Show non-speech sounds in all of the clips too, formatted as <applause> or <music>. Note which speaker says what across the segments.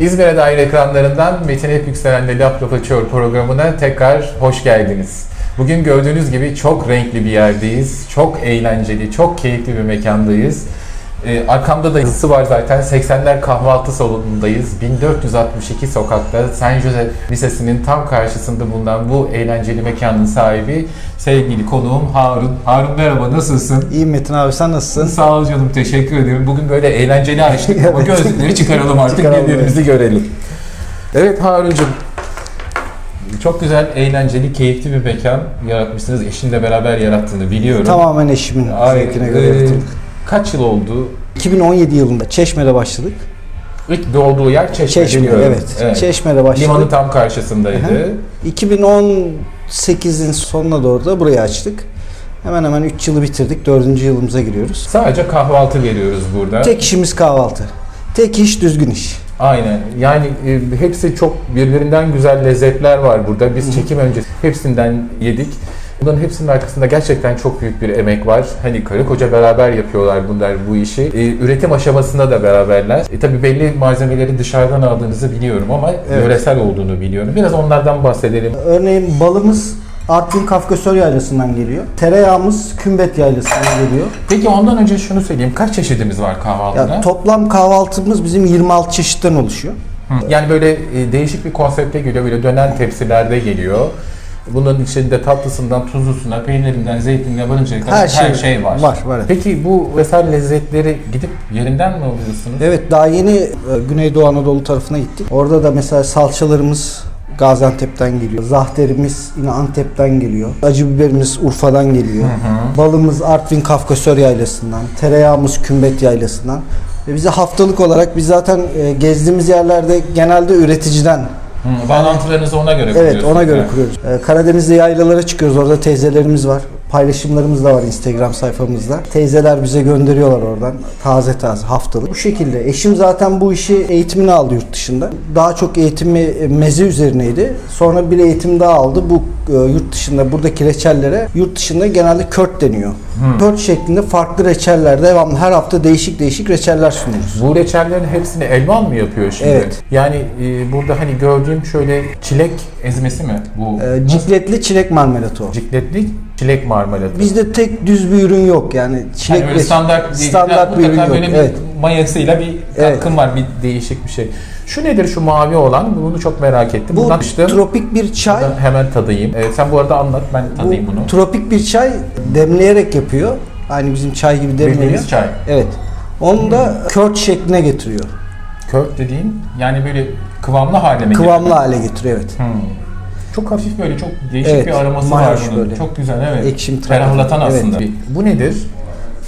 Speaker 1: İzmir'e dair ekranlarından Metin Hep Yükselen'le Laf Laf Açıyor programına tekrar hoş geldiniz. Bugün gördüğünüz gibi çok renkli bir yerdeyiz. Çok eğlenceli, çok keyifli bir mekandayız. Ee, arkamda da yazısı var zaten. 80'ler kahvaltı salonundayız. 1462 sokakta San Jose Lisesi'nin tam karşısında bulunan bu eğlenceli mekanın sahibi sevgili konuğum Harun. Harun merhaba nasılsın?
Speaker 2: İyi Metin abi sen nasılsın?
Speaker 1: Sağ ol canım teşekkür ederim. Bugün böyle eğlenceli açtık ama
Speaker 2: <laughs> Evet.
Speaker 1: gözlükleri çıkaralım artık
Speaker 2: Çıkaralım,
Speaker 1: birbirimizi görelim. Evet Harun'cum çok güzel, eğlenceli, keyifli bir mekan yaratmışsınız. Eşinle beraber yarattığını biliyorum.
Speaker 2: Tamamen eşimin
Speaker 1: Ay,
Speaker 2: zevkine göre
Speaker 1: e,
Speaker 2: yaptım.
Speaker 1: Kaç yıl oldu?
Speaker 2: 2017 yılında Çeşme'de başladık.
Speaker 1: İlk doğduğu yer Çeşme,
Speaker 2: Çeşme,
Speaker 1: biliyorum.
Speaker 2: evet. Çeşme'de başladık.
Speaker 1: Limanın tam karşısındaydı.
Speaker 2: Hı hı. 2018'in sonuna doğru da burayı açtık. Hemen hemen 3 yılı bitirdik. 4. yılımıza giriyoruz.
Speaker 1: Sadece kahvaltı veriyoruz burada.
Speaker 2: Tek işimiz kahvaltı. Tek iş düzgün iş.
Speaker 1: Aynen. Yani e, hepsi çok birbirinden güzel lezzetler var burada. Biz çekim öncesi hepsinden yedik. Bunların hepsinin arkasında gerçekten çok büyük bir emek var. Hani karı koca beraber yapıyorlar bunlar bu işi. E, üretim aşamasında da beraberler. E, tabii belli malzemeleri dışarıdan aldığınızı biliyorum ama
Speaker 2: Evet.
Speaker 1: yöresel olduğunu biliyorum. Biraz onlardan bahsedelim.
Speaker 2: Örneğin balımız Artvin Kafkasör Yaylası'ndan geliyor. Tereyağımız Kümbet Yaylası'ndan geliyor.
Speaker 1: Peki ondan önce şunu söyleyeyim. Kaç çeşidimiz var
Speaker 2: Ya,
Speaker 1: kahvaltıda?
Speaker 2: toplam kahvaltımız bizim 26 çeşitten oluşuyor.
Speaker 1: Hı. Yani böyle e, değişik bir konsepte geliyor. Böyle dönen tepsilerde geliyor. Bunların içinde tatlısından, tuzlusuna, peynirinden, zeytinine varıncaya kadar her şey, var.
Speaker 2: Var, var.
Speaker 1: Peki bu vesaire lezzetleri gidip yerinden mi alıyorsunuz?
Speaker 2: Evet daha yeni e, Güneydoğu Anadolu tarafına gittik. Orada da mesela salçalarımız Gaziantep'ten geliyor. Zahterimiz yine Antep'ten geliyor. Acı biberimiz Urfa'dan geliyor. Balımız Artvin Kafkasör Yaylası'ndan. Tereyağımız Kümbet Yaylası'ndan. Ve bize haftalık olarak biz zaten e, gezdiğimiz yerlerde genelde üreticiden
Speaker 1: Hı, bağlantılarınızı ona göre
Speaker 2: Evet ona göre
Speaker 1: yani.
Speaker 2: kuruyoruz. Ee, Karadeniz'de yaylalara çıkıyoruz. Orada teyzelerimiz var. Paylaşımlarımız da var Instagram sayfamızda. Teyzeler bize gönderiyorlar oradan. Taze taze haftalık. Bu şekilde. Eşim zaten bu işi eğitimini aldı yurt dışında. Daha çok eğitimi e, meze üzerineydi. Sonra bir eğitim daha aldı. Bu e, yurt dışında buradaki reçellere yurt dışında genelde kört deniyor. Kört şeklinde farklı reçellerde devamlı her hafta değişik değişik reçeller sunuyoruz.
Speaker 1: Bu reçellerin hepsini elvan mı yapıyor şimdi?
Speaker 2: Evet.
Speaker 1: Yani e, burada hani gördüğüm şöyle çilek ezmesi mi bu?
Speaker 2: Ee, cikletli çilek marmelatı o.
Speaker 1: Cikletli çilek marmelatı.
Speaker 2: Bizde tek düz bir ürün yok yani çilek
Speaker 1: Yani böyle
Speaker 2: reçeli-
Speaker 1: standart, değil.
Speaker 2: standart bir ürün
Speaker 1: Mutlaka
Speaker 2: yok.
Speaker 1: böyle bir
Speaker 2: Evet.
Speaker 1: mayasıyla bir
Speaker 2: Evet.
Speaker 1: katkın var, bir değişik bir şey. Şu nedir şu mavi olan? Bunu çok merak ettim.
Speaker 2: Bu
Speaker 1: Bundan işte
Speaker 2: tropik bir çay.
Speaker 1: hemen tadayım. Ee, sen bu arada anlat, ben
Speaker 2: Bu
Speaker 1: tadayım bunu.
Speaker 2: tropik bir çay demleyerek yapıyor. Aynı bizim çay gibi demleniyor.
Speaker 1: Bildiğimiz çay.
Speaker 2: Evet. Onu da kört şekline getiriyor.
Speaker 1: Kök dediğin yani böyle kıvamlı hale mi?
Speaker 2: Kıvamlı hale getiriyor evet.
Speaker 1: Hmm. Çok hafif böyle çok değişik
Speaker 2: Evet,
Speaker 1: bir aroması var
Speaker 2: mayhoş
Speaker 1: bunun.
Speaker 2: böyle.
Speaker 1: Çok güzel evet.
Speaker 2: Ekşim,
Speaker 1: Ferahlatan
Speaker 2: evet.
Speaker 1: aslında. Bu nedir?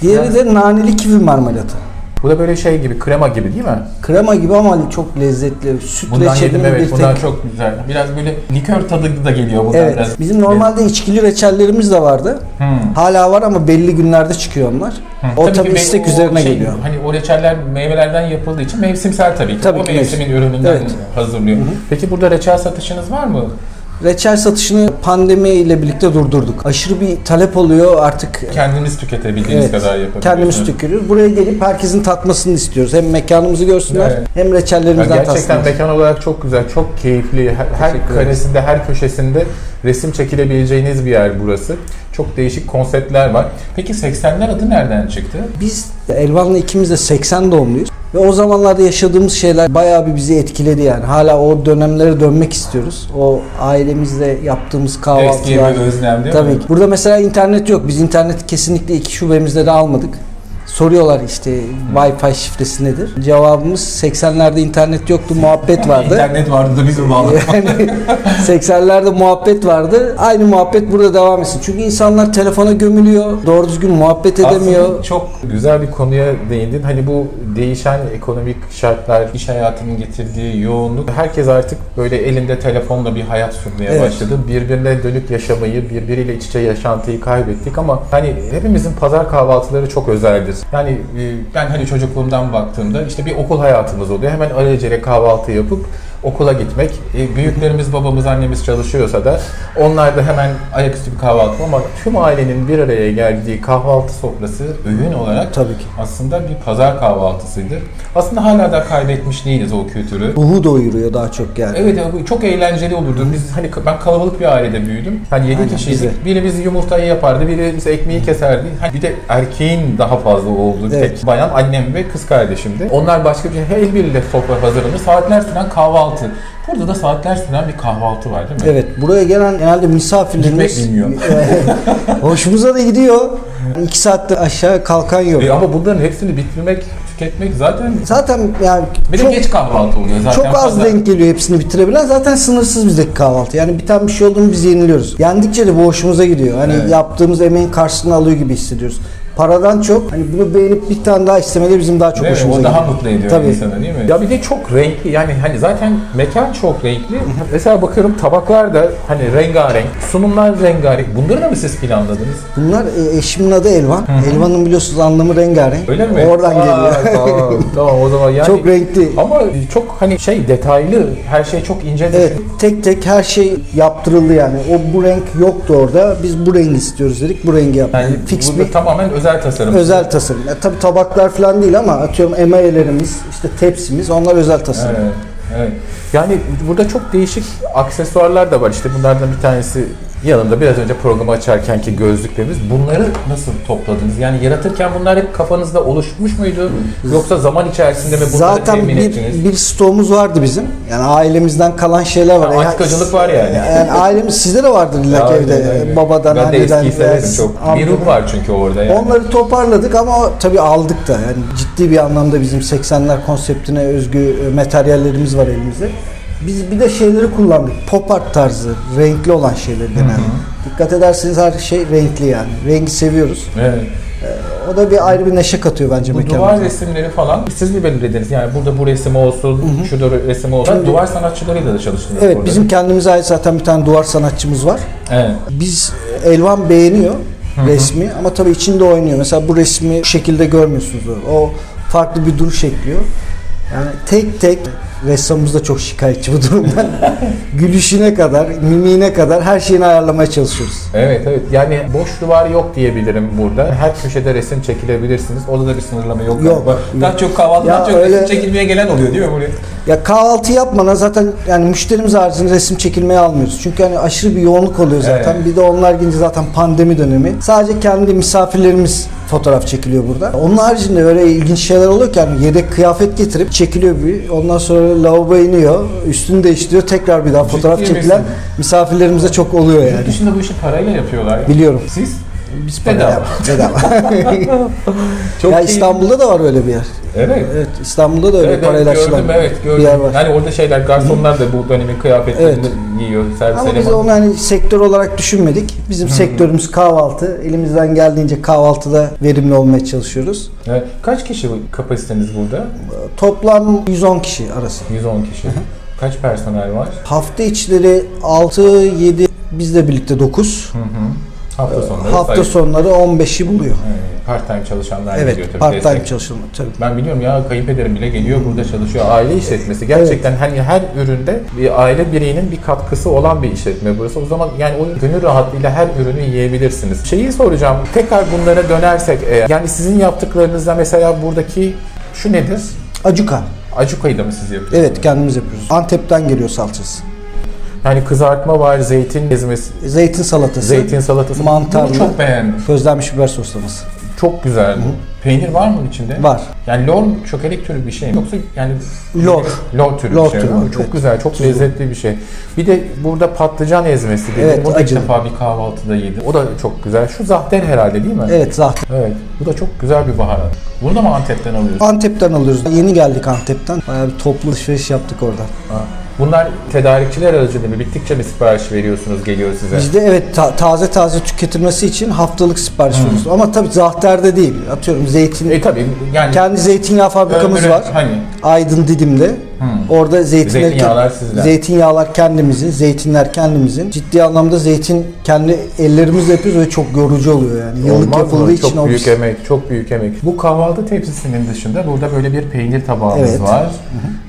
Speaker 2: Diğeri de naneli kivi marmelatı.
Speaker 1: Bu da böyle şey gibi krema gibi değil mi?
Speaker 2: Krema gibi ama hani çok lezzetli. Süt
Speaker 1: Bundan
Speaker 2: reçelinin
Speaker 1: yedim evet.
Speaker 2: bir
Speaker 1: Bundan
Speaker 2: tek
Speaker 1: çok güzel. Biraz böyle likör tadı da geliyor bundan
Speaker 2: Evet.
Speaker 1: biraz.
Speaker 2: Bizim normalde içkili reçellerimiz de vardı.
Speaker 1: Hmm.
Speaker 2: Hala var ama belli günlerde çıkıyor onlar. O tabii
Speaker 1: ki
Speaker 2: istek
Speaker 1: mey- o
Speaker 2: üzerine
Speaker 1: şey,
Speaker 2: geliyor.
Speaker 1: Hani o reçeller meyvelerden yapıldığı için mevsimsel tabii ki.
Speaker 2: Tabii
Speaker 1: o
Speaker 2: ki
Speaker 1: mevsimin ürününden
Speaker 2: Evet.
Speaker 1: hazırlıyor. Peki burada reçel satışınız var mı?
Speaker 2: Reçel satışını pandemi ile birlikte durdurduk. Aşırı bir talep oluyor artık.
Speaker 1: Kendiniz tüketebildiğiniz
Speaker 2: Evet,
Speaker 1: kadar yapabiliyorsunuz.
Speaker 2: kendimiz tükürüyoruz. Buraya gelip herkesin tatmasını istiyoruz. Hem mekanımızı görsünler
Speaker 1: Evet.
Speaker 2: hem
Speaker 1: Yani
Speaker 2: reçellerimizden
Speaker 1: gerçekten
Speaker 2: tatsınlar.
Speaker 1: mekan olarak çok güzel, çok keyifli. Her, her
Speaker 2: Teşekkür ederiz.
Speaker 1: karesinde, her köşesinde resim çekilebileceğiniz bir yer burası. Çok değişik konseptler var. Peki 80'ler adı nereden çıktı?
Speaker 2: Biz Elvan'la ikimiz de 80 doğumluyuz. Ve o zamanlarda yaşadığımız şeyler bayağı bir bizi etkiledi yani. Hala o dönemlere dönmek istiyoruz. O ailemizle yaptığımız
Speaker 1: Eskiye
Speaker 2: kahvaltılar.
Speaker 1: bir özlem değil mi?
Speaker 2: Tabii ki. Burada mesela internet yok. Biz internet kesinlikle iki şubemizde de almadık. Soruyorlar işte Wi-Fi şifresi nedir? Cevabımız 80'lerde internet yoktu, muhabbet vardı.
Speaker 1: İnternet vardı da bizim bağlı.
Speaker 2: <laughs> Yani 80'lerde muhabbet vardı. Aynı muhabbet burada devam etsin. Çünkü insanlar telefona gömülüyor. Doğru düzgün muhabbet
Speaker 1: Aslında
Speaker 2: edemiyor.
Speaker 1: çok güzel bir konuya değindin. Hani bu değişen ekonomik şartlar, iş hayatının getirdiği yoğunluk. Herkes artık böyle elinde telefonla bir hayat sürmeye
Speaker 2: Evet.
Speaker 1: başladı. Birbirine dönük yaşamayı, birbiriyle iç içe yaşantıyı kaybettik ama hani hepimizin pazar kahvaltıları çok özeldir. Yani e, ben hani çocukluğumdan baktığımda işte bir okul hayatımız oluyor. Hemen alelacele kahvaltı yapıp okula gitmek. E, büyüklerimiz, babamız, annemiz çalışıyorsa da onlar da hemen ayaküstü bir kahvaltı ama tüm ailenin bir araya geldiği kahvaltı sofrası öğün olarak
Speaker 2: Tabii ki.
Speaker 1: aslında bir pazar kahvaltısıydı. Aslında hala da kaybetmiş değiliz o kültürü.
Speaker 2: Ruhu doyuruyor daha çok yani.
Speaker 1: Evet ya, bu çok eğlenceli olurdu. Biz hani ben kalabalık bir ailede büyüdüm. Hani 7
Speaker 2: Aynen, bize.
Speaker 1: kişiydik. Biri bizi yumurtayı yapardı, biri bize ekmeği keserdi. Hani bir de erkeğin daha fazla olduğu bir
Speaker 2: Evet.
Speaker 1: tek bayan annem ve kız kardeşimdi. Onlar başka bir şey. her biriyle sofra hazırlanır. Saatler süren kahvaltı. Burada da saatler süren bir kahvaltı var değil mi?
Speaker 2: Evet buraya gelen genelde
Speaker 1: Gitmek
Speaker 2: misafirlerimiz
Speaker 1: bilmiyor.
Speaker 2: <laughs> hoşumuza da gidiyor. İki saatte aşağı kalkan yok.
Speaker 1: E, ama bunların hepsini bitirmek, tüketmek zaten
Speaker 2: Zaten yani
Speaker 1: bir de
Speaker 2: çok,
Speaker 1: geç kahvaltı oluyor zaten.
Speaker 2: çok az
Speaker 1: Pazar-
Speaker 2: denk geliyor hepsini bitirebilen. Zaten sınırsız bizdeki kahvaltı. Yani biten bir şey olduğunu biz yeniliyoruz. Yendikçe de bu hoşumuza gidiyor. Hani
Speaker 1: Evet.
Speaker 2: yaptığımız emeğin karşılığını alıyor gibi hissediyoruz. Paradan çok hani bunu beğenip bir tane daha istemeleri bizim daha çok
Speaker 1: Değil mi?
Speaker 2: hoşumuza
Speaker 1: O daha
Speaker 2: gidiyor.
Speaker 1: mutlu ediyor
Speaker 2: Tabii.
Speaker 1: insanı değil mi? Ya bir de çok renkli yani hani zaten mekan çok renkli. Mesela bakıyorum tabaklar da hani rengarenk, sunumlar rengarenk. Bunları da mı siz planladınız?
Speaker 2: Bunlar e, eşimin adı Elvan. Elvan'ın biliyorsunuz anlamı rengarenk.
Speaker 1: Öyle mi?
Speaker 2: Oradan
Speaker 1: Aa,
Speaker 2: geliyor.
Speaker 1: <laughs> tamam, tamam o zaman yani.
Speaker 2: <laughs> çok renkli.
Speaker 1: Ama çok hani şey detaylı, her şey çok ince
Speaker 2: Evet,
Speaker 1: düşün-
Speaker 2: tek tek her şey yaptırıldı yani. O bu renk yoktu orada. Biz bu rengi istiyoruz dedik. Bu rengi yaptık.
Speaker 1: Yani
Speaker 2: fix
Speaker 1: burada
Speaker 2: bir
Speaker 1: tamamen özel tasarım.
Speaker 2: özel tasarım. Ya, tabii tabaklar falan değil ama atıyorum emayelerimiz, işte tepsimiz onlar özel tasarım.
Speaker 1: Evet, evet. Yani burada çok değişik aksesuarlar da var. İşte bunlardan bir tanesi yanımda biraz önce programı açarken ki gözlüklerimiz. Bunları nasıl topladınız? Yani yaratırken bunlar hep kafanızda oluşmuş muydu? Yoksa zaman içerisinde mi bunları
Speaker 2: Zaten
Speaker 1: temin
Speaker 2: bir,
Speaker 1: ettiniz?
Speaker 2: bir stoğumuz vardı bizim. Yani ailemizden kalan şeyler var.
Speaker 1: Ha, antikacılık var yani.
Speaker 2: Yani ailemiz sizde de vardır illa ki
Speaker 1: Aynen,
Speaker 2: evde. e,
Speaker 1: aynen.
Speaker 2: Babadan,
Speaker 1: ben de
Speaker 2: anneden.
Speaker 1: eskiyi severim
Speaker 2: yani
Speaker 1: çok. Bir
Speaker 2: amcadan.
Speaker 1: ruh var çünkü orada yani.
Speaker 2: Onları toparladık ama tabii aldık da yani ciddi bir anlamda bizim 80'ler konseptine özgü e, materyallerimiz var elimizde. Biz bir de şeyleri kullandık. Pop art tarzı, renkli olan şeyleri genelde. Dikkat ederseniz her şey renkli yani. Rengi seviyoruz.
Speaker 1: Evet.
Speaker 2: O da bir ayrı bir neşe katıyor bence
Speaker 1: Bu duvar
Speaker 2: mekanımıza.
Speaker 1: resimleri falan siz mi belirlediniz? Yani burada bu resim olsun, şu da resim olsun.
Speaker 2: Şimdi-
Speaker 1: duvar sanatçılarıyla da çalıştınız
Speaker 2: Evet
Speaker 1: burada.
Speaker 2: bizim kendimize ait zaten bir tane duvar sanatçımız var.
Speaker 1: Evet.
Speaker 2: Biz e, Elvan beğeniyor resmi ama tabii içinde oynuyor. Mesela bu resmi bu şekilde görmüyorsunuz. O farklı bir duruş ekliyor. Yani tek tek ressamımız da çok şikayetçi bu durumdan. Gülüşüne kadar, mimiğine kadar her şeyini ayarlamaya çalışıyoruz.
Speaker 1: Evet evet yani boş duvar yok diyebilirim burada. Her köşede resim çekilebilirsiniz. Orada da bir sınırlama yok.
Speaker 2: Yok,
Speaker 1: galiba.
Speaker 2: yok.
Speaker 1: Daha çok kahvaltıdan
Speaker 2: Ya
Speaker 1: çok
Speaker 2: öyle-
Speaker 1: resim çekilmeye gelen oluyor değil mi buraya?
Speaker 2: Ya kahvaltı yapmadan zaten yani müşterimiz haricinde resim çekilmeye almıyoruz. Çünkü hani aşırı bir yoğunluk oluyor zaten.
Speaker 1: Evet.
Speaker 2: Bir de onlar gelince zaten pandemi dönemi. Sadece kendi misafirlerimiz fotoğraf çekiliyor burada. Onun haricinde öyle ilginç şeyler oluyor ki yani yedek kıyafet getirip çekiliyor bir. Ondan sonra lavaboya iniyor. Üstünü değiştiriyor. Tekrar bir daha fotoğraf
Speaker 1: misin?
Speaker 2: çekilen misafirlerimize çok oluyor
Speaker 1: Yurt
Speaker 2: yani.
Speaker 1: dışında bu işi parayla yapıyorlar.
Speaker 2: Biliyorum.
Speaker 1: Siz?
Speaker 2: Biz
Speaker 1: Bedava.
Speaker 2: Bedava.
Speaker 1: Çok
Speaker 2: ya
Speaker 1: iyi-
Speaker 2: İstanbul'da da var öyle bir yer.
Speaker 1: Evet.
Speaker 2: Evet İstanbul'da da öyle
Speaker 1: Evet, evet,
Speaker 2: parayla
Speaker 1: gördüm
Speaker 2: açılan
Speaker 1: evet
Speaker 2: bir
Speaker 1: gördüm.
Speaker 2: yer var.
Speaker 1: Hani orada şeyler garsonlar da bu dönemin kıyafetlerini
Speaker 2: Evet.
Speaker 1: giyiyor. Servis
Speaker 2: Ama biz
Speaker 1: elemanı.
Speaker 2: onu hani sektör olarak düşünmedik. Bizim sektörümüz kahvaltı. Elimizden geldiğince kahvaltıda verimli olmaya çalışıyoruz.
Speaker 1: Evet. Kaç kişi bu kapasiteniz burada?
Speaker 2: Toplam 110 kişi arası.
Speaker 1: 110 kişi. Kaç personel var?
Speaker 2: Hafta içleri 6 7 bizle birlikte 9.
Speaker 1: Hı hı. Hafta sonları
Speaker 2: Hafta
Speaker 1: sayı-
Speaker 2: sonları 15'i buluyor.
Speaker 1: Evet, part-time çalışanlar gidiyor
Speaker 2: Evet,
Speaker 1: tabii
Speaker 2: part-time
Speaker 1: destek.
Speaker 2: çalışan tabii.
Speaker 1: Ben biliyorum ya kayınpederim bile geliyor burada çalışıyor. Aile işletmesi. Gerçekten hani her üründe bir aile bireyinin bir katkısı olan bir işletme burası. O zaman yani o gönül rahatlığıyla her ürünü yiyebilirsiniz. Şeyi soracağım. Tekrar bunlara dönersek eğer. Yani sizin yaptıklarınızda mesela buradaki şu nedir?
Speaker 2: Acuka.
Speaker 1: Acuka'yı da mı siz yapıyorsunuz?
Speaker 2: Evet, kendimiz yapıyoruz. Antep'ten geliyor salçası. E,
Speaker 1: Yani kızartma var, zeytin ezmesi,
Speaker 2: Zeytin salatası.
Speaker 1: zeytin salatası.
Speaker 2: Mantarlı.
Speaker 1: Bunu çok beğendim.
Speaker 2: Közlenmiş biber soslaması.
Speaker 1: Çok güzel. Peynir var mı içinde?
Speaker 2: Var.
Speaker 1: Yani lor çökelek türü bir şey mi? Yoksa yani
Speaker 2: Lor.
Speaker 1: lor türü
Speaker 2: Lor
Speaker 1: bir şey
Speaker 2: türü,
Speaker 1: mi?
Speaker 2: evet.
Speaker 1: Çok güzel, çok lezzetli bir şey. Bir de burada patlıcan ezmesi dedim.
Speaker 2: Evet,
Speaker 1: Bunu ilk
Speaker 2: acılı.
Speaker 1: defa bir kahvaltıda yedim. O da çok güzel. Şu zahter herhalde değil mi?
Speaker 2: Evet, zaten.
Speaker 1: Evet. Bu da çok güzel bir baharat. Bunu da mı Antep'ten alıyorsun?
Speaker 2: Antep'ten alıyoruz. Yeni geldik Antep'ten. Bayağı bir toplu alışveriş yaptık oradan.
Speaker 1: Ha. Bunlar tedarikçiler aracılığıyla mı? Bittikçe mi sipariş veriyorsunuz, geliyor size?
Speaker 2: Bizde evet ta- taze taze tüketilmesi için haftalık sipariş veriyoruz. Ama tabii zahterde değil. Atıyorum zeytin.
Speaker 1: E tabii yani
Speaker 2: kendi zeytinyağı fabrikamız
Speaker 1: ömrü-
Speaker 2: var.
Speaker 1: Hani
Speaker 2: Aydın Didim'de. Orada zeytinler,
Speaker 1: Zeytinyağlar sizden.
Speaker 2: zeytinyağlar kendimizin, zeytinler kendimizin. Ciddi anlamda zeytin kendi ellerimizle yapıyoruz ve çok yorucu oluyor yani. Yıllık
Speaker 1: Olmaz mı?
Speaker 2: yapıldığı için
Speaker 1: çok
Speaker 2: o
Speaker 1: büyük
Speaker 2: biz-
Speaker 1: emek, çok büyük emek. Bu kahvaltı tepsisinin dışında burada böyle bir peynir tabağımız
Speaker 2: Evet.
Speaker 1: var.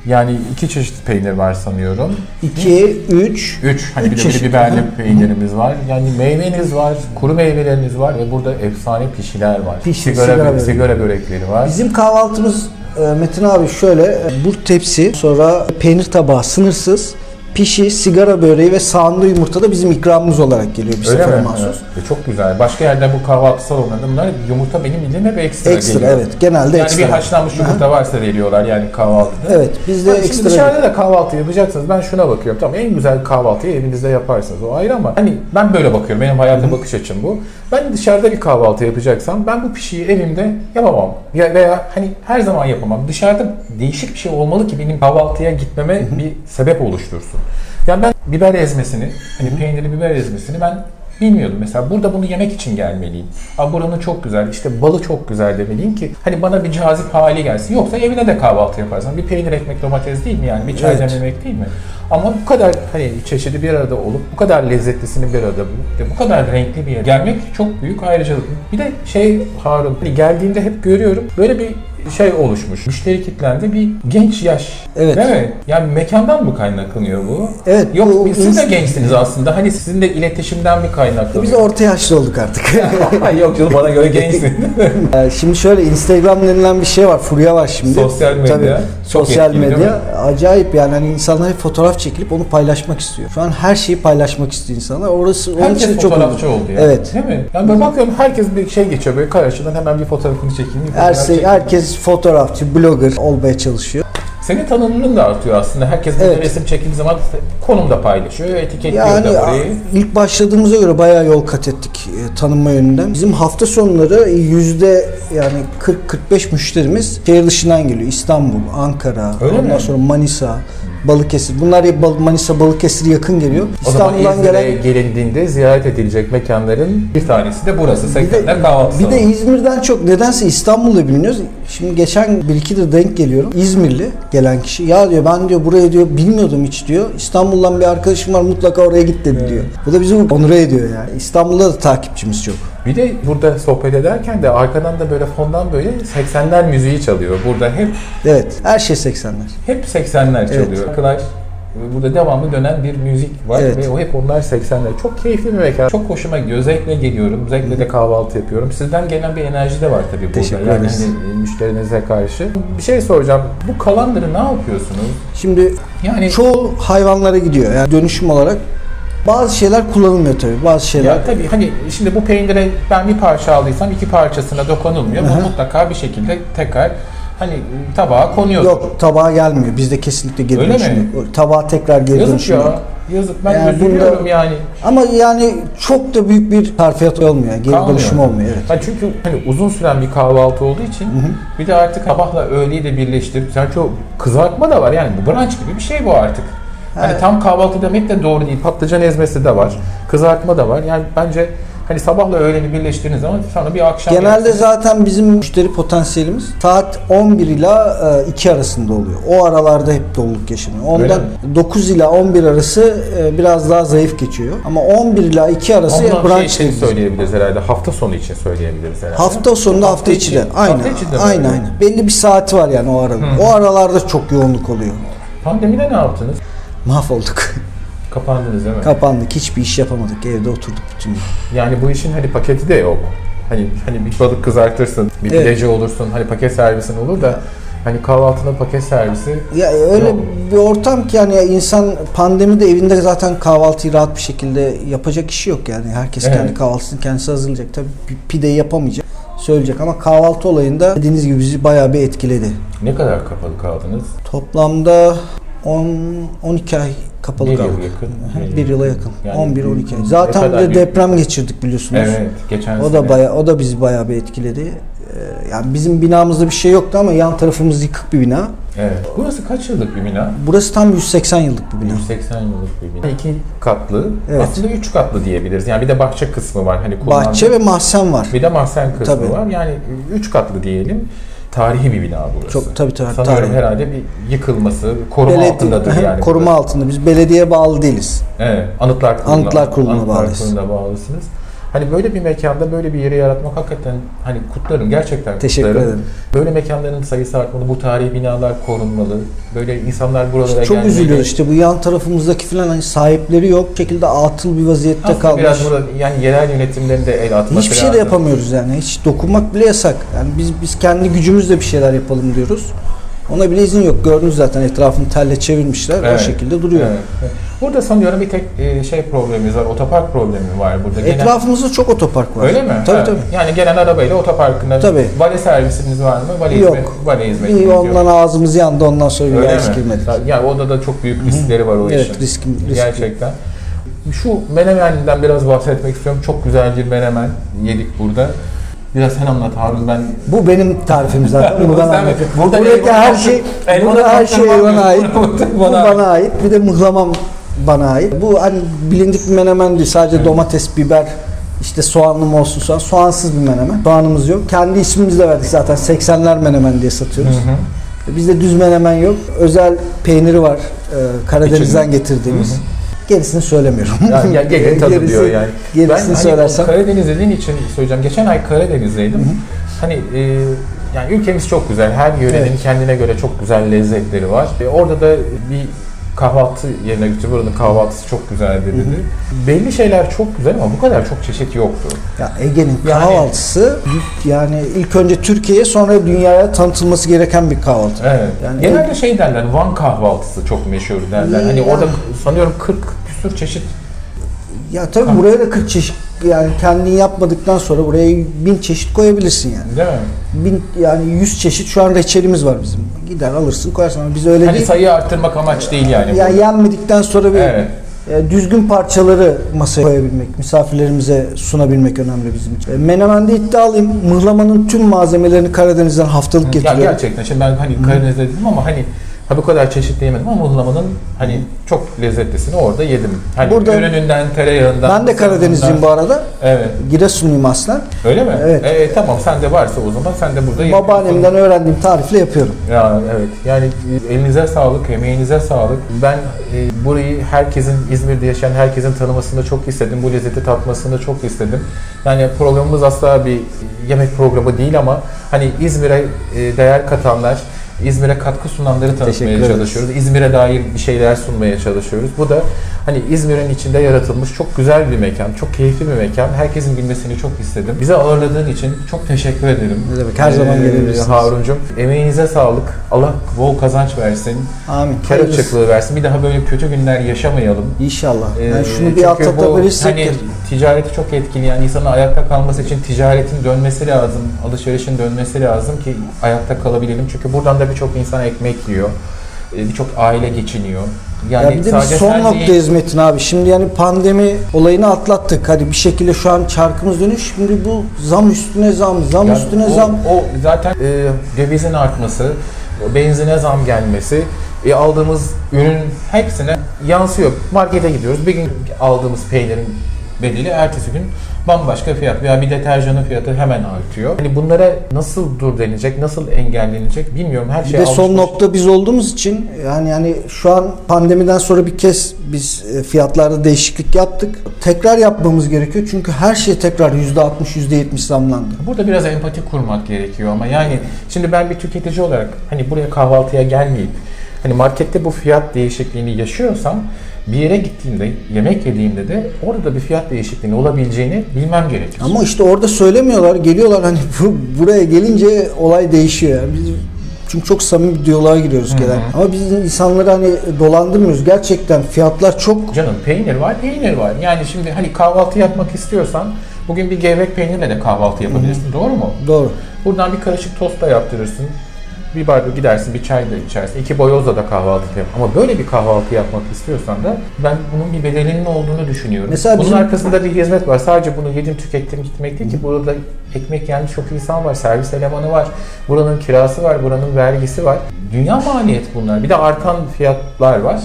Speaker 1: Yani iki çeşit peynir var sanıyorum.
Speaker 2: 2, 3,
Speaker 1: Üç, hani
Speaker 2: Üç
Speaker 1: bir de bir
Speaker 2: çeşit.
Speaker 1: biberli
Speaker 2: Hı hı.
Speaker 1: peynirimiz var. Yani meyveniz var, kuru meyveleriniz var ve burada efsane pişiler var.
Speaker 2: Pişi,
Speaker 1: sigara,
Speaker 2: sigara
Speaker 1: sigara, börekleri var.
Speaker 2: Bizim kahvaltımız e, Metin abi şöyle e, bu tepsi sonra peynir tabağı sınırsız pişi, sigara böreği ve sağında yumurta da bizim ikramımız olarak geliyor bir
Speaker 1: Öyle
Speaker 2: sefere
Speaker 1: mi?
Speaker 2: mahsus.
Speaker 1: Evet. E, Çok güzel. Başka yerden bu kahvaltı salonlarında bunlar yumurta benim bildiğim hep ekstra,
Speaker 2: Ekstra
Speaker 1: geliyor.
Speaker 2: evet genelde
Speaker 1: Yani
Speaker 2: ekstra.
Speaker 1: bir haşlanmış yumurta varsa veriyorlar yani kahvaltıda.
Speaker 2: Evet bizde
Speaker 1: Hani şimdi
Speaker 2: ekstra.
Speaker 1: dışarıda da kahvaltı yapacaksınız. Ben şuna bakıyorum. Tamam en güzel kahvaltıyı evinizde yaparsınız. O ayrı ama hani ben böyle bakıyorum. Benim hayata bakış açım bu. Ben dışarıda bir kahvaltı yapacaksam ben bu pişiyi evimde yapamam. Ya veya hani her zaman yapamam. Dışarıda değişik bir şey olmalı ki benim kahvaltıya gitmeme bir sebep oluştursun. Yani ben biber ezmesini, hani peynirli biber ezmesini ben bilmiyordum. Mesela burada bunu yemek için gelmeliyim. Aa, buranın çok güzel, işte balı çok güzel demeliyim ki hani bana bir cazip hali gelsin. Yoksa evine de kahvaltı yaparsan bir peynir ekmek domates değil mi yani? Bir çay
Speaker 2: Evet.
Speaker 1: dememek değil mi? Ama bu kadar hani çeşidi bir arada olup bu kadar lezzetlisini bir arada bulup de bu kadar renkli bir yere gelmek çok büyük ayrıcalık. Bir de şey Harun hani geldiğinde hep görüyorum böyle bir şey oluşmuş. Müşteri kitlendi bir genç yaş.
Speaker 2: Evet.
Speaker 1: Değil mi? Yani mekandan mı kaynaklanıyor bu?
Speaker 2: Evet,
Speaker 1: Yok
Speaker 2: bu-
Speaker 1: siz de gençsiniz aslında. Hani sizin de iletişimden mi kaynaklanıyor?
Speaker 2: Biz orta yaşlı olduk artık.
Speaker 1: <laughs> Yok canım bana
Speaker 2: <laughs>
Speaker 1: göre gençsin.
Speaker 2: Ee, şimdi şöyle Instagram denilen bir şey var, furya var şimdi.
Speaker 1: Sosyal medya. Çok
Speaker 2: sosyal
Speaker 1: etkili, değil
Speaker 2: medya acayip yani hani insanlar hep fotoğraf çekilip onu paylaşmak istiyor. Şu an her şeyi paylaşmak istiyor insanlar. Orası onun için
Speaker 1: Herkes
Speaker 2: çok
Speaker 1: fotoğrafçı
Speaker 2: uygun.
Speaker 1: oldu ya.
Speaker 2: Evet.
Speaker 1: Değil mi? Yani ben bakıyorum herkes bir şey geçiyor böyle karşıdan hemen bir fotoğrafını çekeyim. bir
Speaker 2: Her
Speaker 1: fotoğraf
Speaker 2: şey,
Speaker 1: çekeyim.
Speaker 2: herkes fotoğrafçı, blogger olmaya çalışıyor.
Speaker 1: Senin tanınımın da artıyor aslında. Herkes bir
Speaker 2: Evet.
Speaker 1: resim çekildiği zaman konum da paylaşıyor, etiketliyor
Speaker 2: Yani
Speaker 1: da
Speaker 2: a-
Speaker 1: burayı.
Speaker 2: ilk başladığımıza göre bayağı yol kat ettik e, tanınma yönünden. Bizim hafta sonları yüzde yani 40-45 müşterimiz şehir dışından geliyor. İstanbul, Ankara,
Speaker 1: Öyle
Speaker 2: ondan
Speaker 1: mi?
Speaker 2: sonra Manisa, Balıkesir. Bunlar hep Bal- Manisa, Balıkesir yakın geliyor.
Speaker 1: O zaman
Speaker 2: İstanbul'dan
Speaker 1: İzmir'e
Speaker 2: gelen
Speaker 1: gelindiğinde ziyaret edilecek mekanların bir tanesi de burası.
Speaker 2: bir
Speaker 1: Sekreter
Speaker 2: de,
Speaker 1: kahvaltı
Speaker 2: bir de
Speaker 1: salonu.
Speaker 2: İzmir'den çok nedense İstanbul'da biliniyoruz. Şimdi geçen bir iki de denk geliyorum. İzmirli gelen kişi ya diyor ben diyor buraya diyor bilmiyordum hiç diyor. İstanbul'dan bir arkadaşım var mutlaka oraya git dedi diyor. Bu da bizi onure ediyor yani. İstanbul'da da takipçimiz çok.
Speaker 1: Bir de burada sohbet ederken de arkadan da böyle fondan böyle 80'ler müziği çalıyor. Burada hep
Speaker 2: Evet. Her şey 80'ler.
Speaker 1: hep 80'ler çalıyor. Arkadaş burada devamlı dönen bir müzik var
Speaker 2: Evet.
Speaker 1: ve o hep onlar 80'ler. Çok keyifli bir mekan. Çok hoşuma gidiyor. Zevkle geliyorum. Zevkle de kahvaltı yapıyorum. Sizden gelen bir enerji de var tabii burada.
Speaker 2: Teşekkür
Speaker 1: yani
Speaker 2: ederiz.
Speaker 1: hani müşterinize karşı. Bir şey soracağım. Bu kalanları ne yapıyorsunuz?
Speaker 2: Şimdi
Speaker 1: Yani
Speaker 2: çoğu hayvanlara gidiyor. Yani dönüşüm olarak bazı şeyler kullanılmıyor tabii. Bazı şeyler
Speaker 1: Ya tabii hani şimdi bu peynire ben bir parça aldıysam iki parçasına dokunulmuyor. Bu
Speaker 2: Aha.
Speaker 1: mutlaka bir şekilde tekrar hani tabağa konuyor.
Speaker 2: yok tabağa gelmiyor. Bizde kesinlikle geri
Speaker 1: Öyle
Speaker 2: dönüşüm
Speaker 1: mi?
Speaker 2: yok. Tabağa tekrar geri
Speaker 1: Yazık
Speaker 2: dönüşüm
Speaker 1: ya.
Speaker 2: yok.
Speaker 1: Yazık. Ben
Speaker 2: Yani
Speaker 1: üzülüyorum
Speaker 2: bunda-
Speaker 1: yani.
Speaker 2: Ama yani çok da büyük bir sarfiyat olmuyor. Geri
Speaker 1: Kalmıyor.
Speaker 2: dönüşüm olmuyor. Evet.
Speaker 1: Ha çünkü hani uzun süren bir kahvaltı olduğu için bir de artık sabahla öğleyi de birleştirip yani çok kızartma da var yani bu brunch gibi bir şey bu artık. Hani
Speaker 2: Evet.
Speaker 1: tam kahvaltı demek de doğru değil. Patlıcan ezmesi de var. Kızartma da var. Yani bence hani sabahla öğleni birleştirdiğiniz zaman sonra bir akşam
Speaker 2: Genelde
Speaker 1: yemeği-
Speaker 2: zaten bizim müşteri potansiyelimiz saat 11 ila e, 2 arasında oluyor. O aralarda hep doluluk yaşanıyor. Ondan
Speaker 1: mi?
Speaker 2: 9 ila 11 arası e, biraz daha zayıf geçiyor. Ama 11 ila 2 arası
Speaker 1: Ondan
Speaker 2: brunch
Speaker 1: şey için
Speaker 2: dediğimiz.
Speaker 1: söyleyebiliriz herhalde. Hafta sonu için söyleyebiliriz herhalde.
Speaker 2: Hafta sonunda hafta,
Speaker 1: Hafta
Speaker 2: içi de.
Speaker 1: içi.
Speaker 2: Aynen.
Speaker 1: Hafta içi de
Speaker 2: aynen
Speaker 1: böyle. Hmm.
Speaker 2: aynen. Belli bir saati var yani o aralık. O aralarda çok yoğunluk oluyor. <laughs>
Speaker 1: Pandemide ne yaptınız?
Speaker 2: Mahvolduk.
Speaker 1: Kapandınız değil mi?
Speaker 2: Kapandık. Hiçbir iş yapamadık. Evde oturduk bütün gün.
Speaker 1: yani bu işin hani paketi de yok. Hani hani bir balık kızartırsın, bir
Speaker 2: Evet.
Speaker 1: pideci olursun, hani paket servisin olur da hani kahvaltının paket servisi
Speaker 2: Ya öyle
Speaker 1: Yok.
Speaker 2: bir ortam ki yani ya insan pandemide evinde zaten kahvaltıyı rahat bir şekilde yapacak işi yok yani. Herkes
Speaker 1: Evet.
Speaker 2: kendi kahvaltısını kendisi hazırlayacak. Tabii pi- pideyi yapamayacak. Söyleyecek ama kahvaltı olayında dediğiniz gibi bizi bayağı bir etkiledi.
Speaker 1: ne kadar kapalı kaldınız?
Speaker 2: Toplamda 10 12 ay kapalı
Speaker 1: Bir yıl
Speaker 2: kaldık.
Speaker 1: yakın.
Speaker 2: Aha,
Speaker 1: Yani-
Speaker 2: Bir yıla yakın.
Speaker 1: Yani
Speaker 2: 11 12 ay.
Speaker 1: ne
Speaker 2: Zaten bir
Speaker 1: kadar
Speaker 2: de
Speaker 1: bir-
Speaker 2: deprem geçirdik biliyorsunuz.
Speaker 1: Evet, geçen
Speaker 2: O
Speaker 1: sene.
Speaker 2: da bayağı o da bizi bayağı bir etkiledi. Ee, Yani bizim binamızda bir şey yoktu ama yan tarafımız yıkık bir bina.
Speaker 1: Evet. Burası kaç yıllık bir bina?
Speaker 2: Burası tam 180 yıllık bir bina.
Speaker 1: 180 yıllık bir bina. İki katlı,
Speaker 2: Evet.
Speaker 1: aslında üç katlı diyebiliriz. Yani bir de bahçe kısmı var. Hani kullandığı-
Speaker 2: Bahçe ve mahzen var.
Speaker 1: Bir de mahzen kısmı
Speaker 2: Tabii.
Speaker 1: var. Yani üç katlı diyelim. Tarihi bir bina burası.
Speaker 2: Çok- tabii, tabii,
Speaker 1: Sanıyorum
Speaker 2: tarihi.
Speaker 1: herhalde bir yıkılması, koruma altındadır
Speaker 2: Belediye
Speaker 1: yani.
Speaker 2: koruma
Speaker 1: burası.
Speaker 2: altında. Biz belediyeye bağlı değiliz.
Speaker 1: Evet, anıtlar kuruluna,
Speaker 2: Anıtlar Kurulu'na
Speaker 1: Anıtlar
Speaker 2: bağlıyız.
Speaker 1: Kurulu'na bağlısınız. Hani böyle bir mekanda böyle bir yeri yaratmak hakikaten hani kutlarım gerçekten
Speaker 2: Teşekkür
Speaker 1: kutlarım.
Speaker 2: ederim.
Speaker 1: Böyle mekanların sayısı artmalı, bu tarihi binalar korunmalı. Böyle insanlar buralara
Speaker 2: Çok
Speaker 1: gelmeli.
Speaker 2: üzülüyoruz işte bu yan tarafımızdaki falan hani sahipleri yok. Bu şekilde atıl bir vaziyette
Speaker 1: Aslında
Speaker 2: kalmış.
Speaker 1: biraz burada yani yerel yönetimlerin de el atması
Speaker 2: Hiçbir şey de
Speaker 1: lazım.
Speaker 2: yapamıyoruz yani. Hiç dokunmak bile yasak. Yani biz biz kendi gücümüzle bir şeyler yapalım diyoruz. Ona bile izin yok. Gördünüz zaten etrafını telle çevirmişler. O
Speaker 1: Evet.
Speaker 2: şekilde duruyor.
Speaker 1: Evet, evet. Burada sanıyorum bir tek e, şey problemimiz var, otopark problemi var burada. Gelen-
Speaker 2: Etrafımızda çok otopark var.
Speaker 1: Öyle mi?
Speaker 2: Tabii
Speaker 1: Evet.
Speaker 2: tabii.
Speaker 1: Yani gelen arabayla otoparkında
Speaker 2: Tabii.
Speaker 1: vale servisiniz var mı? Vale
Speaker 2: Yok.
Speaker 1: hizmet- vale hizmetiniz
Speaker 2: İyi,
Speaker 1: yok.
Speaker 2: ondan ağzımız yandı ondan sonra bir
Speaker 1: Öyle
Speaker 2: daha hiç
Speaker 1: mi?
Speaker 2: girmedik.
Speaker 1: Yani onda da çok büyük riskleri var o
Speaker 2: Evet,
Speaker 1: işin.
Speaker 2: riskim- riskli.
Speaker 1: Gerçekten. Şu menemenden biraz bahsetmek istiyorum. Çok güzel bir menemen yedik burada. Biraz sen anlat Harun ben
Speaker 2: Bu benim tarifim zaten. Bunu ben
Speaker 1: Sen-
Speaker 2: anlatıyorum.
Speaker 1: burada
Speaker 2: Buradaki
Speaker 1: elma-
Speaker 2: her şey,
Speaker 1: elma
Speaker 2: burada her şey
Speaker 1: tatlı var mı?
Speaker 2: bana ait. Bu
Speaker 1: Bana ait.
Speaker 2: bana ait. Bir de mıhlamam bana ait. Bu hani bilindik bir menemen değil. Sadece domates, biber, işte soğanlı mı olsun soğan. Soğansız bir menemen. Soğanımız yok. Kendi ismimizle verdik zaten. 80'ler menemen diye satıyoruz. E, Bizde düz menemen yok. Özel peyniri var. Ee, Karadeniz'den getirdiğimiz. Gerisini söylemiyorum.
Speaker 1: Ya, ya
Speaker 2: <laughs>
Speaker 1: gelin tadı
Speaker 2: Gerisi-
Speaker 1: diyor yani.
Speaker 2: Gerisini
Speaker 1: ben
Speaker 2: söylersem.
Speaker 1: Hani Karadeniz dediğin için söyleyeceğim. Geçen ay Karadeniz'deydim. Hani e, yani ülkemiz çok güzel. Her yörenin
Speaker 2: Evet.
Speaker 1: kendine göre çok güzel lezzetleri var. E, orada da bir kahvaltı yerine götürdü. Buranın kahvaltısı çok güzeldi dedi. Belli şeyler çok güzel ama bu kadar çok çeşit yoktu.
Speaker 2: Ya Ege'nin
Speaker 1: Yani-
Speaker 2: kahvaltısı yani ilk önce Türkiye'ye sonra dünyaya tanıtılması gereken bir kahvaltı.
Speaker 1: Evet.
Speaker 2: Yani-
Speaker 1: Genelde şey derler, Van kahvaltısı çok meşhur derler. Hani
Speaker 2: Ya.
Speaker 1: orada sanıyorum 40 küsur çeşit
Speaker 2: Ya tabii buraya da 40 çeşit yani kendin yapmadıktan sonra buraya bin çeşit koyabilirsin yani.
Speaker 1: değil mi?
Speaker 2: Bin yani 100 çeşit şu an reçelimiz var bizim. Gider alırsın koyarsın ama biz öyle
Speaker 1: Hani
Speaker 2: değil.
Speaker 1: sayı arttırmak amaç değil yani.
Speaker 2: Ya
Speaker 1: bu.
Speaker 2: yenmedikten sonra bir
Speaker 1: Evet.
Speaker 2: e, düzgün parçaları masaya koyabilmek, misafirlerimize sunabilmek önemli bizim için. E, Menemen'de iddialıyım. Mıhlamanın tüm malzemelerini Karadeniz'den haftalık
Speaker 1: Ya
Speaker 2: getiriyorum.
Speaker 1: gerçekten şimdi ben hani Karadeniz'de dedim ama hani ha bu kadar çeşitli yemedim ama mıhlamanın hani çok lezzetlisini orada yedim. Hani
Speaker 2: Burada-
Speaker 1: ürününden, tereyağından.
Speaker 2: ben de Karadenizliyim bu arada.
Speaker 1: Evet.
Speaker 2: Giresunluyum aslen.
Speaker 1: Öyle mi?
Speaker 2: Evet.
Speaker 1: E, tamam sen de varsa o zaman sen de burada yapıyorsun.
Speaker 2: Babaannemden öğrendiğim tarifle yapıyorum.
Speaker 1: Ya evet. Yani e, elinize sağlık, emeğinize sağlık. Ben e, burayı herkesin İzmir'de yaşayan herkesin tanımasını çok istedim. Bu lezzeti tatmasını çok istedim. Yani programımız asla bir yemek programı değil ama hani İzmir'e e, değer katanlar, İzmir'e katkı sunanları
Speaker 2: Teşekkür
Speaker 1: tanıtmaya
Speaker 2: ederiz.
Speaker 1: çalışıyoruz. İzmir'e dair bir şeyler sunmaya çalışıyoruz. Bu da hani İzmir'in içinde yaratılmış çok güzel bir mekan, çok keyifli bir mekan. Herkesin bilmesini çok istedim. Bizi ağırladığın için çok teşekkür ederim.
Speaker 2: Ne demek, her zaman gelebilirsiniz.
Speaker 1: Ee, Haruncum emeğinize sağlık. Allah bol kazanç versin.
Speaker 2: Amin.
Speaker 1: Kar
Speaker 2: Hayırlısı.
Speaker 1: açıklığı versin. Bir daha böyle kötü günler yaşamayalım.
Speaker 2: İnşallah.
Speaker 1: Ee,
Speaker 2: yani şunu bir
Speaker 1: çünkü
Speaker 2: atlatabilirsek.
Speaker 1: hani ticareti çok etkili. Yani insanın ayakta kalması için ticaretin dönmesi lazım. Alışverişin dönmesi lazım ki ayakta kalabilelim. Çünkü buradan da birçok insan ekmek yiyor. Ee, Birçok aile geçiniyor. Yani
Speaker 2: ya bir de biz
Speaker 1: sadece
Speaker 2: son
Speaker 1: sen
Speaker 2: nokta
Speaker 1: değil.
Speaker 2: hizmetin abi. Şimdi yani pandemi olayını atlattık. Hadi bir şekilde şu an çarkımız dönüyor. Şimdi bu zam üstüne zam, zam
Speaker 1: Yani
Speaker 2: üstüne
Speaker 1: o,
Speaker 2: zam.
Speaker 1: O zaten e, dövizin artması, benzine zam gelmesi, e, aldığımız ürün hepsine yansıyor. Markete gidiyoruz. Bir gün aldığımız peynirin bedeli ertesi gün bambaşka fiyat veya bir deterjanın fiyatı hemen artıyor. Hani bunlara nasıl dur denilecek, nasıl engellenecek bilmiyorum. Her
Speaker 2: Bir
Speaker 1: şey
Speaker 2: de son
Speaker 1: alışmış.
Speaker 2: nokta biz olduğumuz için yani yani şu an pandemiden sonra bir kez biz e, fiyatlarda değişiklik yaptık. Tekrar yapmamız gerekiyor çünkü her şey tekrar %60 %70 zamlandı.
Speaker 1: Burada biraz empati kurmak gerekiyor ama yani şimdi ben bir tüketici olarak hani buraya kahvaltıya gelmeyip hani markette bu fiyat değişikliğini yaşıyorsam bir yere gittiğimde yemek yediğimde de orada bir fiyat değişikliğinin olabileceğini bilmem gerekir.
Speaker 2: Ama işte orada söylemiyorlar, geliyorlar hani bu- buraya gelince olay değişiyor. Yani biz çünkü çok samimi bir diyaloğa giriyoruz gelen. Ama biz insanları hani dolandırmıyoruz. Gerçekten fiyatlar çok
Speaker 1: Canım peynir var, peynir var. Yani şimdi hani kahvaltı yapmak istiyorsan bugün bir gevrek peynirle de kahvaltı yapabilirsin. Doğru mu?
Speaker 2: doğru.
Speaker 1: Buradan bir karışık tost da yaptırırsın. Bir bardak gidersin, bir çay da içersin. iki boyozla da kahvaltı yap. Ama böyle bir kahvaltı yapmak istiyorsan da ben bunun bir bedelinin olduğunu düşünüyorum.
Speaker 2: Mesela
Speaker 1: bunun
Speaker 2: bizim-
Speaker 1: arkasında bir hizmet var. Sadece bunu yedim, tükettim, gitmek değil ki. Burada ekmek yenmiş çok insan var, servis elemanı var. Buranın kirası var, buranın vergisi var. Dünya maliyet bunlar. Bir de artan fiyatlar var.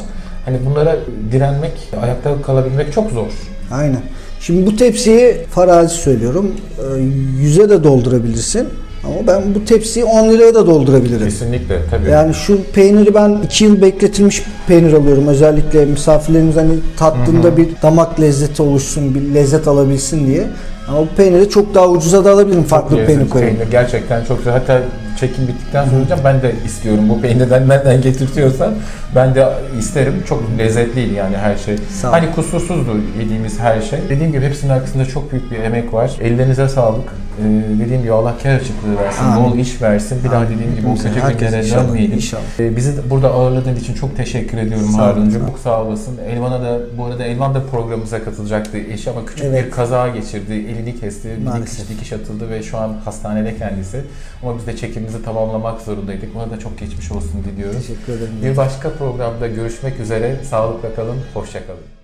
Speaker 1: Hani bunlara direnmek, ayakta kalabilmek çok zor.
Speaker 2: Aynen. Şimdi bu tepsiyi farazi söylüyorum. e, Yüze de doldurabilirsin. Ama ben bu tepsiyi 10 liraya da doldurabilirim.
Speaker 1: Kesinlikle tabii.
Speaker 2: Yani şu peyniri ben 2 yıl bekletilmiş peynir alıyorum. Özellikle misafirlerimiz hani tattığında bir damak lezzeti oluşsun, bir lezzet alabilsin diye. Ama bu peyniri çok daha ucuza da alabilirim farklı bir
Speaker 1: Çok
Speaker 2: peynir
Speaker 1: lezzetli
Speaker 2: koyup.
Speaker 1: Peynir gerçekten çok güzel. Hatta çekim bittikten sonra hocam ben de istiyorum bu <laughs> peynirden nereden getirtiyorsan ben de isterim. Çok lezzetliydi yani her şey.
Speaker 2: Sağ ol.
Speaker 1: Hani kusursuzdu yediğimiz her şey. Dediğim gibi hepsinin arkasında çok büyük bir emek var. Ellerinize sağlık. Ee, dediğim gibi Allah kar açıklığı versin,
Speaker 2: Amin.
Speaker 1: bol iş versin. Bir daha dediğim gibi o
Speaker 2: Herkes
Speaker 1: sıcak günlere
Speaker 2: inşallah,
Speaker 1: dönmeyelim.
Speaker 2: inşallah.
Speaker 1: Ee, bizi de burada ağırladığın için çok teşekkür ediyorum
Speaker 2: Sağ olun,
Speaker 1: Harun'cum.
Speaker 2: sağ
Speaker 1: Çok sağ olasın. Elvan'a da bu arada Elvan da programımıza katılacaktı eşi ama küçük
Speaker 2: Evet.
Speaker 1: bir kaza geçirdi. Elini kesti. bir
Speaker 2: Maalesef.
Speaker 1: dikiş dikiş atıldı ve şu an hastanede kendisi. Ama biz de çekimimizi tamamlamak zorundaydık. Ona da çok geçmiş olsun diliyoruz.
Speaker 2: Teşekkür ederim.
Speaker 1: Bir başka programda görüşmek üzere. Sağlıkla kalın. Hoşça kalın.